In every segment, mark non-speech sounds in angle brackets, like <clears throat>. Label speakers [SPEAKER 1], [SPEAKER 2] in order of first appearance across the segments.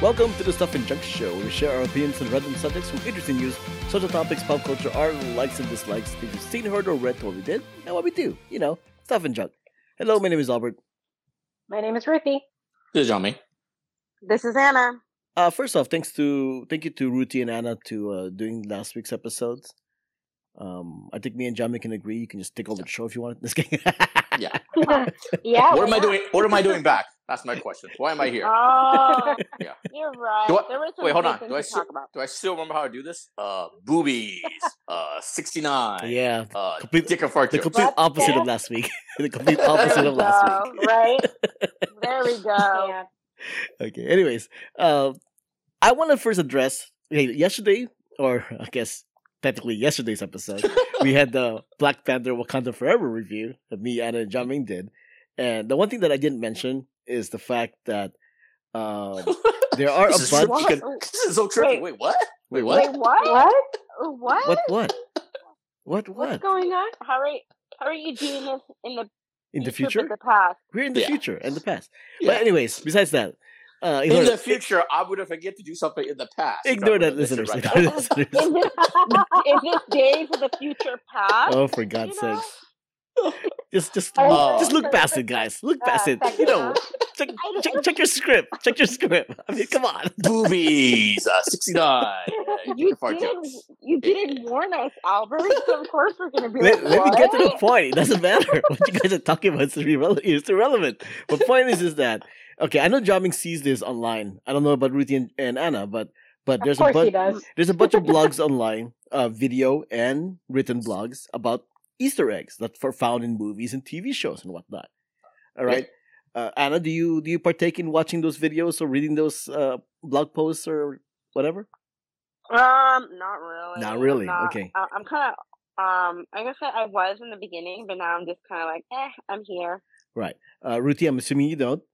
[SPEAKER 1] Welcome to the Stuff and Junk Show. We share our opinions on random subjects from interesting news, social topics, pop culture, our likes and dislikes, things we've seen, heard, or read, what we did, and what we do. You know, stuff and junk. Hello, my name is Albert.
[SPEAKER 2] My name is Ruthie.
[SPEAKER 3] This is Jami.
[SPEAKER 4] This is Anna.
[SPEAKER 1] Uh, first off, thanks to thank you to Ruti and Anna to uh, doing last week's episodes. Um, I think me and Jami can agree. You can just take over the show if you want. <laughs> This game.
[SPEAKER 3] Yeah.
[SPEAKER 4] <laughs>
[SPEAKER 2] yeah. yeah.
[SPEAKER 3] What am I doing? What am I doing back? Oh, <laughs> That's my question. Why am I here?
[SPEAKER 2] <laughs> Oh,
[SPEAKER 3] Yeah.
[SPEAKER 2] you're right.
[SPEAKER 3] Do I-
[SPEAKER 2] there was some
[SPEAKER 3] wait, hold
[SPEAKER 2] good
[SPEAKER 3] on.
[SPEAKER 2] things
[SPEAKER 3] Do I
[SPEAKER 2] to
[SPEAKER 3] still-
[SPEAKER 2] talk about.
[SPEAKER 3] Do I still remember how to do this? Uh, boobies. <laughs> Uh, sixty-nine.
[SPEAKER 1] yeah,
[SPEAKER 3] Uh,
[SPEAKER 1] Complete-
[SPEAKER 3] dick and fart
[SPEAKER 1] the
[SPEAKER 3] jokes.
[SPEAKER 1] complete
[SPEAKER 2] What
[SPEAKER 1] opposite
[SPEAKER 2] the-
[SPEAKER 1] of last week. <laughs> the complete
[SPEAKER 2] There
[SPEAKER 1] opposite
[SPEAKER 2] we
[SPEAKER 1] of last week.
[SPEAKER 2] go, Right? There we go.
[SPEAKER 4] <laughs> Yeah.
[SPEAKER 1] Okay. Anyways, uh, I want to first address okay, yesterday, or <laughs> I guess technically yesterday's
[SPEAKER 3] <laughs>
[SPEAKER 1] episode. we had the Black Panther Wakanda Forever review that me, Anna, and John Ming did, and the one thing that I didn't mention is the fact that
[SPEAKER 3] <laughs>
[SPEAKER 1] um, there are a
[SPEAKER 3] This is
[SPEAKER 1] bunch.
[SPEAKER 3] what?
[SPEAKER 1] What?
[SPEAKER 3] this is so tricky.
[SPEAKER 2] Wait.
[SPEAKER 3] Wait, what? Wait,
[SPEAKER 2] Wait,
[SPEAKER 3] what?
[SPEAKER 2] what?
[SPEAKER 4] What?
[SPEAKER 2] What?
[SPEAKER 1] What?
[SPEAKER 3] <laughs>
[SPEAKER 1] What? What?
[SPEAKER 2] What's going on? How are you, how are you doing this in the
[SPEAKER 1] In the
[SPEAKER 2] YouTube of
[SPEAKER 1] future,
[SPEAKER 2] The past.
[SPEAKER 1] we're in the
[SPEAKER 3] Yeah.
[SPEAKER 1] future and the past.
[SPEAKER 3] Yeah.
[SPEAKER 1] But anyways, besides that, uh, ignore,
[SPEAKER 3] In the future, I would have forget to do something in the past.
[SPEAKER 1] ignore
[SPEAKER 3] Remember
[SPEAKER 1] that,
[SPEAKER 3] this shit
[SPEAKER 1] listeners. <laughs>
[SPEAKER 3] right
[SPEAKER 1] Ignore
[SPEAKER 3] now.
[SPEAKER 1] that,
[SPEAKER 3] <laughs>
[SPEAKER 1] listeners.
[SPEAKER 2] In this,
[SPEAKER 4] Oh.
[SPEAKER 2] in this days of the future past.
[SPEAKER 1] Oh, for God's
[SPEAKER 2] know?
[SPEAKER 1] sakes!
[SPEAKER 3] <laughs>
[SPEAKER 1] Just, just,
[SPEAKER 3] Oh.
[SPEAKER 1] just look past it, guys. Look past it.
[SPEAKER 2] Uh, thank
[SPEAKER 1] You know,
[SPEAKER 2] you.
[SPEAKER 1] check, check, check your script. Check your script. I mean, come on.
[SPEAKER 3] Oh, Boobies.
[SPEAKER 1] <laughs>
[SPEAKER 3] Uh, Sixty-nine. Uh, dick
[SPEAKER 2] You
[SPEAKER 3] and fart
[SPEAKER 2] did,
[SPEAKER 3] jokes.
[SPEAKER 2] you didn't warn us, Albert. So of course we're going to be
[SPEAKER 1] Let,
[SPEAKER 2] like,
[SPEAKER 1] let me get to the
[SPEAKER 2] "What?"
[SPEAKER 1] point. It doesn't matter <laughs> what you guys are talking about. It's irrelevant. It's irrelevant. But point is, is that okay? I know Jamming sees this online. I don't know about Ruthie and, and Anna, but but
[SPEAKER 2] Of
[SPEAKER 1] there's a
[SPEAKER 2] course he
[SPEAKER 1] bunch
[SPEAKER 2] does.
[SPEAKER 1] there's a bunch of blogs online, uh, video and written blogs about Easter eggs that are found in movies and TV shows and whatnot. All right, uh, Anna, do you do you partake in watching those videos or reading those uh, blog posts or whatever?
[SPEAKER 2] Um, not really.
[SPEAKER 1] Not really,
[SPEAKER 2] I'm
[SPEAKER 1] okay.
[SPEAKER 2] I, I'm kind of. Um, I guess I, I was in the beginning, but now I'm just kind of like, eh, I'm here.
[SPEAKER 1] Uh, Ruthie, I'm assuming you don't. <laughs>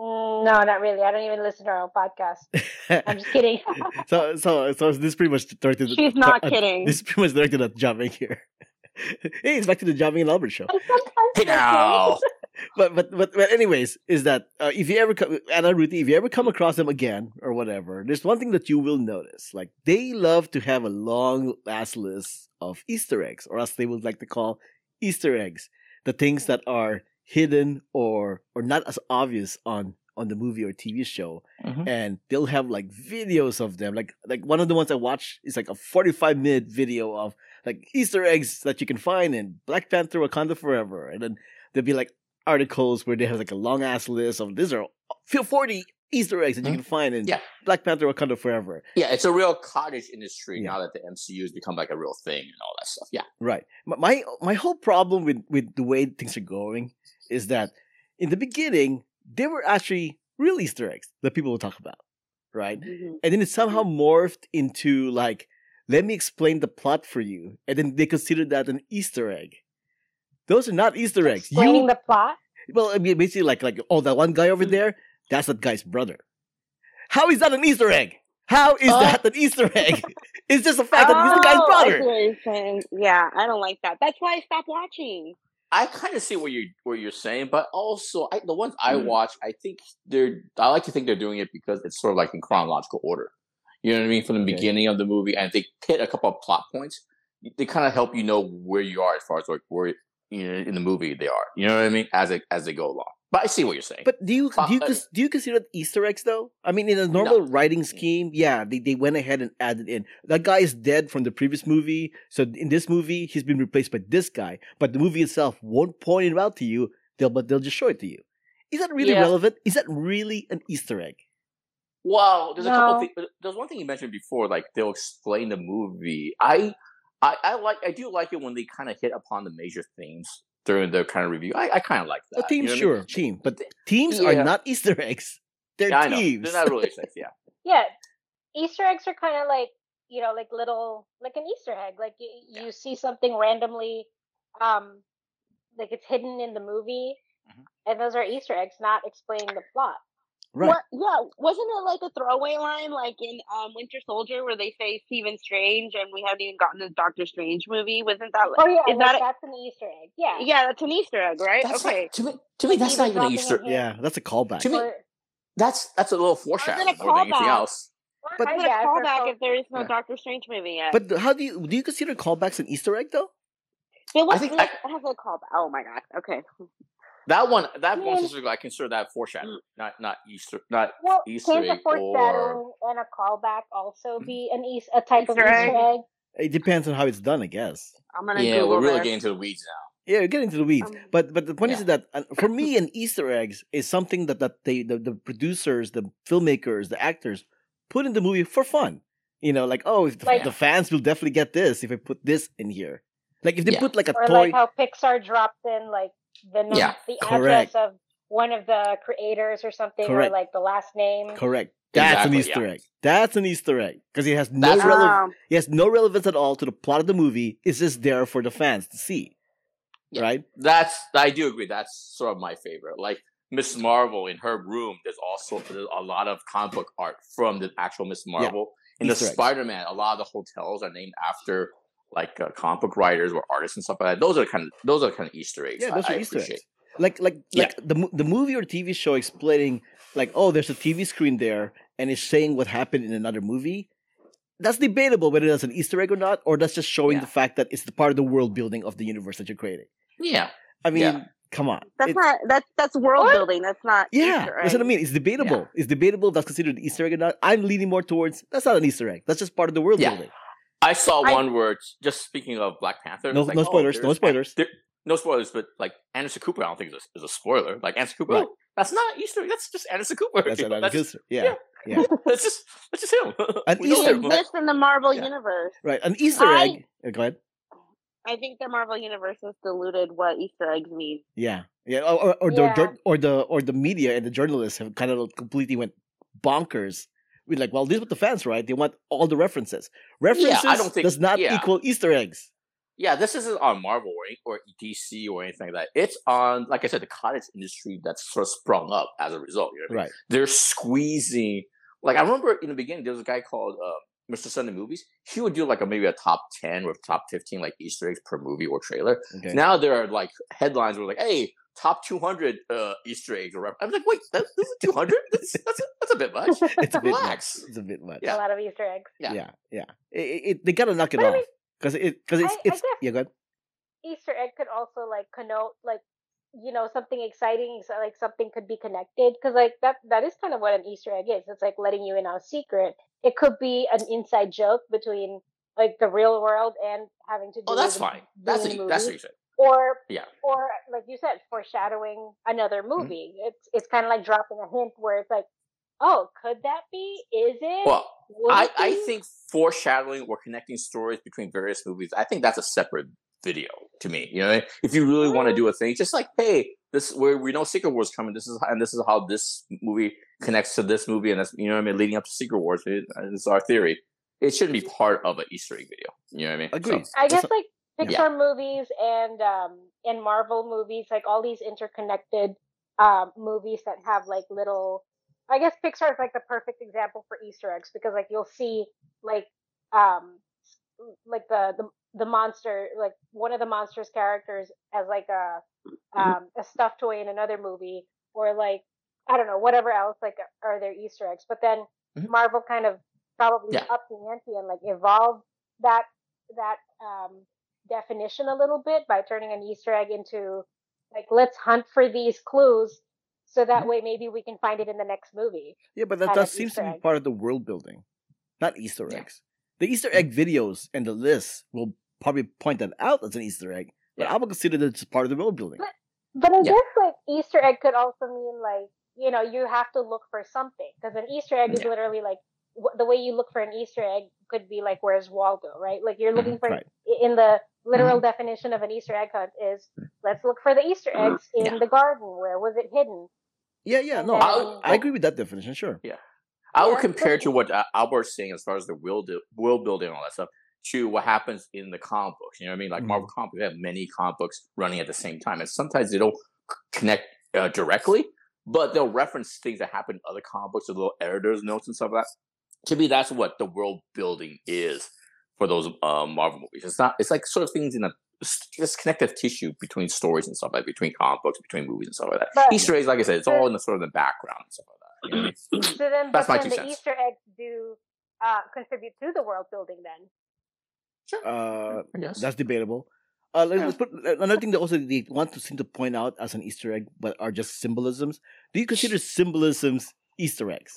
[SPEAKER 4] Mm, no, not really. I don't even listen to our own podcast. I'm
[SPEAKER 1] <laughs>
[SPEAKER 4] just kidding. <laughs>
[SPEAKER 1] so so so this is pretty much directed.
[SPEAKER 2] <laughs>
[SPEAKER 1] <laughs>
[SPEAKER 2] She's not
[SPEAKER 1] at-
[SPEAKER 2] kidding.
[SPEAKER 1] This is pretty much directed at Jamming here. <laughs> hey, it's back to the Jamming and Albert show.
[SPEAKER 3] Hey
[SPEAKER 4] <laughs>
[SPEAKER 3] now.
[SPEAKER 1] But but but, but anyways, is that uh, if you ever come, Anna Ruthie, if you ever come across them again or whatever, there's one thing that you will notice. Like they love to have a long ass list of Easter eggs, or as they would like to call Easter eggs, the things that are hidden or or not as obvious on on the movie or TV show and they'll have like videos of them. Like like one of the ones I watched is like a 45 minute video of like Easter eggs that you can find in Black Panther Wakanda Forever. And then there'll be like articles where they have like a long ass list of these are feel 40 Easter eggs that you
[SPEAKER 3] Mhm.
[SPEAKER 1] can find in
[SPEAKER 3] Yeah.
[SPEAKER 1] Black Panther Wakanda Forever.
[SPEAKER 3] Yeah, it's a real cottage industry
[SPEAKER 1] Yeah.
[SPEAKER 3] now that the MCU has become like a real thing and all that stuff. Yeah.
[SPEAKER 1] Right. My my, my whole problem with, with the way things are going is that in the beginning, they were actually real Easter eggs that people will talk about. Right?
[SPEAKER 2] Mhm.
[SPEAKER 1] and then it somehow morphed into like let me explain the plot for you and then they considered that an easter egg those are not easter eggs
[SPEAKER 4] Explaining
[SPEAKER 1] you
[SPEAKER 4] the plot.
[SPEAKER 1] well i mean basically like like oh that one guy over
[SPEAKER 3] Mm-hmm.
[SPEAKER 1] there that's that guy's brother how is that an easter egg how is
[SPEAKER 3] Uh.
[SPEAKER 1] that an
[SPEAKER 3] <laughs>
[SPEAKER 1] easter egg it's just a fact that he's the guy's
[SPEAKER 2] Oh, I see
[SPEAKER 1] brother
[SPEAKER 2] what you're saying. Yeah, I don't like that. That's why I stopped watching.
[SPEAKER 3] I kind of see what you what you're saying, but also I, the ones I
[SPEAKER 1] Mm.
[SPEAKER 2] Mhm.
[SPEAKER 3] watch, I think they're. I like to think they're doing it because it's sort of like in chronological order. You know what I mean? From the
[SPEAKER 1] Okay.
[SPEAKER 3] beginning of the movie, and they hit a couple of plot points. They kind of help you know where you are as far as like where you know in the movie they are. You know what I mean? As it, as they go along. But I see what you're saying.
[SPEAKER 1] but do you do you
[SPEAKER 3] Uh,
[SPEAKER 1] cons- do you consider it Easter eggs though? I mean, in a normal writing scheme, yeah, they, they went ahead and added in that guy is dead from the previous movie, so in this movie he's been replaced by this guy. But the movie itself won't point it out to you. They'll but they'll just show it to you. Is that really
[SPEAKER 2] Yeah.
[SPEAKER 1] relevant? Is that really an Easter egg?
[SPEAKER 3] Well, there's a couple.
[SPEAKER 4] No.
[SPEAKER 3] Th- there's one thing you mentioned before, like they'll explain the movie. I, I, I like. I do like it when they kind of hit upon the major themes during their kind of review. I, I kind of like
[SPEAKER 1] A
[SPEAKER 3] that.
[SPEAKER 1] team,
[SPEAKER 3] Uh, you know what I mean?
[SPEAKER 1] sure, team, but teams are
[SPEAKER 3] Yeah.
[SPEAKER 1] not <laughs> Easter eggs. They're
[SPEAKER 3] Yeah, I know.
[SPEAKER 1] teams.
[SPEAKER 3] They're not really safe. Yeah.
[SPEAKER 4] Yeah, Easter eggs are kind of like you know, like little, like an Easter egg. Like you, you see something randomly, um, like it's hidden in the movie,
[SPEAKER 1] Mm-hmm.
[SPEAKER 3] Mhm.
[SPEAKER 4] and those are Easter eggs, not explaining the plot.
[SPEAKER 1] <laughs> right.
[SPEAKER 2] What, yeah, wasn't it like a throwaway line, like in um, Winter Soldier, where they say Stephen Strange, and we haven't even gotten the Doctor Strange movie? Wasn't that? Like,
[SPEAKER 4] Oh yeah,
[SPEAKER 2] is
[SPEAKER 4] like,
[SPEAKER 2] that? a-
[SPEAKER 4] that's an Easter egg. Yeah.
[SPEAKER 2] yeah, that's an Easter egg, right?
[SPEAKER 3] That's
[SPEAKER 2] okay.
[SPEAKER 3] Not, to me, to me, that's not even an
[SPEAKER 4] dropping
[SPEAKER 3] Easter.
[SPEAKER 4] a hint
[SPEAKER 1] Yeah, that's a callback.
[SPEAKER 3] To me-
[SPEAKER 4] or-
[SPEAKER 3] That's that's a little foreshadowing more than anything
[SPEAKER 2] callback.
[SPEAKER 3] else.
[SPEAKER 4] Or-
[SPEAKER 1] But-
[SPEAKER 4] I-
[SPEAKER 2] I'm gonna
[SPEAKER 4] yeah,
[SPEAKER 2] call
[SPEAKER 4] for
[SPEAKER 2] back
[SPEAKER 4] call-
[SPEAKER 2] if there is no
[SPEAKER 3] Yeah.
[SPEAKER 2] Doctor Strange movie yet.
[SPEAKER 1] But how do you do you consider callbacks an Easter egg though?
[SPEAKER 2] there was,
[SPEAKER 3] I think
[SPEAKER 2] there was a callback. Oh my god. Okay.
[SPEAKER 3] That one, that
[SPEAKER 4] Yeah.
[SPEAKER 3] one specifically, I consider that foreshadowing, not not Easter, not
[SPEAKER 4] well,
[SPEAKER 3] Easter
[SPEAKER 4] can the
[SPEAKER 3] egg Mm.
[SPEAKER 4] foreshadowing and a callback also be an East, a type of
[SPEAKER 2] Easter
[SPEAKER 4] Easter
[SPEAKER 2] egg.
[SPEAKER 4] egg?
[SPEAKER 1] It depends on how it's done, I guess.
[SPEAKER 2] I'm gonna
[SPEAKER 3] yeah.
[SPEAKER 2] Google
[SPEAKER 3] We're really
[SPEAKER 2] this.
[SPEAKER 3] getting into the weeds
[SPEAKER 1] Yeah, you're getting to the weeds.
[SPEAKER 2] Um,
[SPEAKER 1] but but the point is
[SPEAKER 3] yeah.
[SPEAKER 1] that uh, for me, an Easter eggs is something that that they the, the producers, the filmmakers, the actors put in the movie for fun. You know, like oh, if the,
[SPEAKER 4] Like-
[SPEAKER 1] the fans will definitely get this if I put this in here. Like if they
[SPEAKER 3] Yeah.
[SPEAKER 1] put like a
[SPEAKER 4] Or
[SPEAKER 1] toy,
[SPEAKER 4] like how Pixar dropped in like the num-
[SPEAKER 3] Yeah,
[SPEAKER 4] the
[SPEAKER 1] correct.
[SPEAKER 4] address of one of the creators or something,
[SPEAKER 1] Correct.
[SPEAKER 4] or like the last name.
[SPEAKER 1] correct. That's
[SPEAKER 3] Exactly,
[SPEAKER 1] an Easter
[SPEAKER 3] yeah.
[SPEAKER 1] egg. That's an Easter egg because it has no
[SPEAKER 3] That's-
[SPEAKER 1] relev-
[SPEAKER 2] Um,
[SPEAKER 1] it has no relevance at all to the plot of the movie. It's just there for the fans to see,
[SPEAKER 3] Yeah.
[SPEAKER 1] right?
[SPEAKER 3] now. That's I do agree. That's sort of my favorite. Like Miss Marvel in her room. There's also there's a lot of comic book art from the actual Miss Marvel. In
[SPEAKER 1] Easter
[SPEAKER 3] the
[SPEAKER 1] eggs.
[SPEAKER 3] Spider Man, a lot of the hotels are named after like uh, comic book writers or artists and stuff like that. Those are kind of those are kind of Easter eggs.
[SPEAKER 1] Yeah,
[SPEAKER 3] I-
[SPEAKER 1] those
[SPEAKER 3] I
[SPEAKER 1] are Easter
[SPEAKER 3] appreciate.
[SPEAKER 1] eggs. Like like
[SPEAKER 3] Yeah.
[SPEAKER 1] like the mo- the movie or TV show explaining like oh there's a TV screen there and it's saying what happened in another movie. That's debatable whether that's an Easter egg or not, or that's just showing
[SPEAKER 3] Yeah.
[SPEAKER 1] the fact that it's the part of the world building of the universe that you're creating.
[SPEAKER 3] Yeah,
[SPEAKER 1] I mean,
[SPEAKER 3] Yeah.
[SPEAKER 1] come on.
[SPEAKER 2] that's
[SPEAKER 1] It's-
[SPEAKER 2] not that's that's world
[SPEAKER 4] What?
[SPEAKER 2] building. That's not
[SPEAKER 1] yeah,
[SPEAKER 2] Easter
[SPEAKER 1] that's what I
[SPEAKER 2] egg.
[SPEAKER 1] mean. It's debatable. It's debatable if that's considered an Easter egg or not. I'm leaning more towards that's not an Easter egg. That's just part of the world
[SPEAKER 3] Yeah.
[SPEAKER 1] building.
[SPEAKER 3] I saw
[SPEAKER 2] I-
[SPEAKER 3] one where just speaking of Black Panther.
[SPEAKER 1] No-
[SPEAKER 3] it's like,
[SPEAKER 1] no
[SPEAKER 3] oh,
[SPEAKER 1] spoilers, no
[SPEAKER 3] there's-
[SPEAKER 1] spoilers.
[SPEAKER 3] there- no spoilers, but like Anderson Cooper, I don't think is a, is a spoiler. Like Anderson Cooper,
[SPEAKER 1] Right.
[SPEAKER 3] oh, that's not an Easter. egg, That's just Anderson Cooper.
[SPEAKER 1] That's
[SPEAKER 3] you <laughs>
[SPEAKER 1] not an
[SPEAKER 3] know, that's-
[SPEAKER 1] Easter. Yeah. yeah.
[SPEAKER 3] yeah. that's just that's just him. <laughs>
[SPEAKER 1] An
[SPEAKER 3] We know
[SPEAKER 1] Easter-
[SPEAKER 2] He
[SPEAKER 3] him.
[SPEAKER 2] exists in the Marvel
[SPEAKER 3] Yeah.
[SPEAKER 2] universe.
[SPEAKER 1] Right. An Easter
[SPEAKER 2] I-
[SPEAKER 1] egg. Yeah, go ahead.
[SPEAKER 2] I think the Marvel universe has diluted what Easter eggs mean.
[SPEAKER 1] Yeah, yeah, or or, or the
[SPEAKER 4] Yeah.
[SPEAKER 1] jour- or the or the media and the journalists have kind of completely went bonkers. We're like, well, this is what the fans right. They want all the references. References
[SPEAKER 3] don't think-
[SPEAKER 1] does not
[SPEAKER 3] yeah.
[SPEAKER 1] equal Easter eggs.
[SPEAKER 3] Yeah, this isn't on Marvel or, any- or DC or anything like that. It's on, like I said, the cottage industry that's sort of sprung up as a result. You know what I mean?
[SPEAKER 1] Right.
[SPEAKER 3] They're squeezing. Like I remember in the beginning, there was a guy called uh, Mr. Sunday Movies. He would do like a maybe a top ten or top fifteen like Easter eggs per movie or trailer.
[SPEAKER 1] Okay.
[SPEAKER 3] Now there are like headlines where like, hey, top 200 uh, Easter eggs or whatever. I'm like, wait, that's 200? That's, that's, a, that's a bit <laughs> much.
[SPEAKER 1] <laughs> it's a bit much.
[SPEAKER 3] Relax.
[SPEAKER 1] It's a bit much.
[SPEAKER 3] Yeah.
[SPEAKER 4] A lot of Easter eggs.
[SPEAKER 1] yeah,
[SPEAKER 3] Yeah.
[SPEAKER 1] yeah. It, it, it- they gotta knock it
[SPEAKER 4] But I
[SPEAKER 1] off
[SPEAKER 4] mean,
[SPEAKER 1] because it because it's
[SPEAKER 4] I- I
[SPEAKER 1] it's
[SPEAKER 4] guess-
[SPEAKER 1] yeah. Go ahead.
[SPEAKER 4] Easter egg could also like connote like you know something exciting, so like something could be connected because like that that is kind of what an Easter egg is. It's like letting you in on a secret. It could be an inside joke between like the real world and having to do.
[SPEAKER 3] Oh, that's
[SPEAKER 4] with the-
[SPEAKER 3] fine. That's
[SPEAKER 4] doing
[SPEAKER 3] a,
[SPEAKER 4] the
[SPEAKER 3] that's
[SPEAKER 4] movie.
[SPEAKER 3] what you said.
[SPEAKER 4] or
[SPEAKER 3] Yeah. Mm-hmm.
[SPEAKER 4] or like you said, foreshadowing another movie. It's it's kind of like dropping a hint where it's like, oh, could that be? Is it?
[SPEAKER 3] Well,
[SPEAKER 4] Would
[SPEAKER 3] I,
[SPEAKER 4] it
[SPEAKER 3] I
[SPEAKER 4] be?
[SPEAKER 3] think foreshadowing or connecting stories between various movies, I think that's a separate video to me. You know, what I mean? if you really want to do a thing, just like, hey, this where we know Secret Wars coming. This is and this is how this movie connects to this movie, and that's you know what I mean, leading up to Secret Wars. It, it's our theory. It shouldn't be part of an Easter egg video. You know what I mean?
[SPEAKER 1] Agreed.
[SPEAKER 3] So,
[SPEAKER 4] I
[SPEAKER 1] That's
[SPEAKER 4] guess
[SPEAKER 1] a-
[SPEAKER 4] like Pixar
[SPEAKER 3] Yeah.
[SPEAKER 4] movies and um and Marvel movies, like all these interconnected um movies that have like little I guess Pixar is like the perfect example for Easter eggs because like you'll see like um s- like the the the monster like one of the monster's characters as like a
[SPEAKER 3] Mm-hmm.
[SPEAKER 4] um a stuffed toy in another movie or like I don't know whatever else like are there Easter eggs but then
[SPEAKER 3] Mhm.
[SPEAKER 4] Marvel kind of probably
[SPEAKER 3] Yeah.
[SPEAKER 4] upped the ante and like evolved that that um, definition a little bit by turning an Easter egg into like let's hunt for these clues so that
[SPEAKER 3] Mm-hmm.
[SPEAKER 4] way maybe we can find it in the next movie.
[SPEAKER 1] Yeah, but that,
[SPEAKER 4] Kind
[SPEAKER 1] that
[SPEAKER 4] of
[SPEAKER 1] seems
[SPEAKER 4] Easter
[SPEAKER 1] to be
[SPEAKER 4] egg.
[SPEAKER 1] part of the world building, not Easter
[SPEAKER 3] Yeah.
[SPEAKER 1] eggs. The Easter egg videos and the lists will probably point that out as an Easter egg, but
[SPEAKER 3] Yeah.
[SPEAKER 1] I would consider that it's part of the world building.
[SPEAKER 4] But I
[SPEAKER 3] Yeah.
[SPEAKER 4] guess like Easter egg could also mean like you know you have to look for something because an Easter egg is
[SPEAKER 3] Yeah.
[SPEAKER 4] literally like w- the way you look for an Easter egg could be like where's Waldo right like
[SPEAKER 3] Mm-hmm.
[SPEAKER 4] you're looking for
[SPEAKER 1] right.
[SPEAKER 4] i- in the literal definition of an Easter egg hunt is let's look for the Easter eggs in
[SPEAKER 3] Mm. Mm-hmm. Yeah.
[SPEAKER 4] the garden where was it hidden
[SPEAKER 1] Yeah, yeah, no,
[SPEAKER 4] And
[SPEAKER 1] I,
[SPEAKER 4] then-
[SPEAKER 1] I agree with that definition. Sure.
[SPEAKER 3] I
[SPEAKER 4] Yeah,
[SPEAKER 3] would
[SPEAKER 4] but-
[SPEAKER 3] compare to what uh, Albert's saying as far as the will do, will building and all that stuff to what happens in the comic books. You know what I mean? Like
[SPEAKER 1] Mhm.
[SPEAKER 3] Marvel comic, books, they have many comic books running at the same time, and sometimes they don't c- connect uh, directly, but they'll reference things that happen in other comic books, or little editors' notes and stuff like that. To me, that's what the world building is for those uh, Marvel movies. It's not. It's like sort of things in a s- just connective tissue between stories and stuff like between comic books, between movies and stuff like that.
[SPEAKER 4] But-
[SPEAKER 3] Easter eggs, like I said, it's all in the sort of the background and stuff like that.
[SPEAKER 4] So then,
[SPEAKER 3] That's
[SPEAKER 4] but
[SPEAKER 3] my
[SPEAKER 4] then
[SPEAKER 3] two
[SPEAKER 4] the
[SPEAKER 3] cents.
[SPEAKER 4] Easter eggs do uh, contribute to the world building. Then
[SPEAKER 1] Uh,
[SPEAKER 3] I guess.
[SPEAKER 1] that's debatable. Uh, let-
[SPEAKER 3] Yeah.
[SPEAKER 1] let's put another thing that also they want to seem to point out as an Easter egg, but are just symbolisms. Do you consider symbolisms Easter eggs?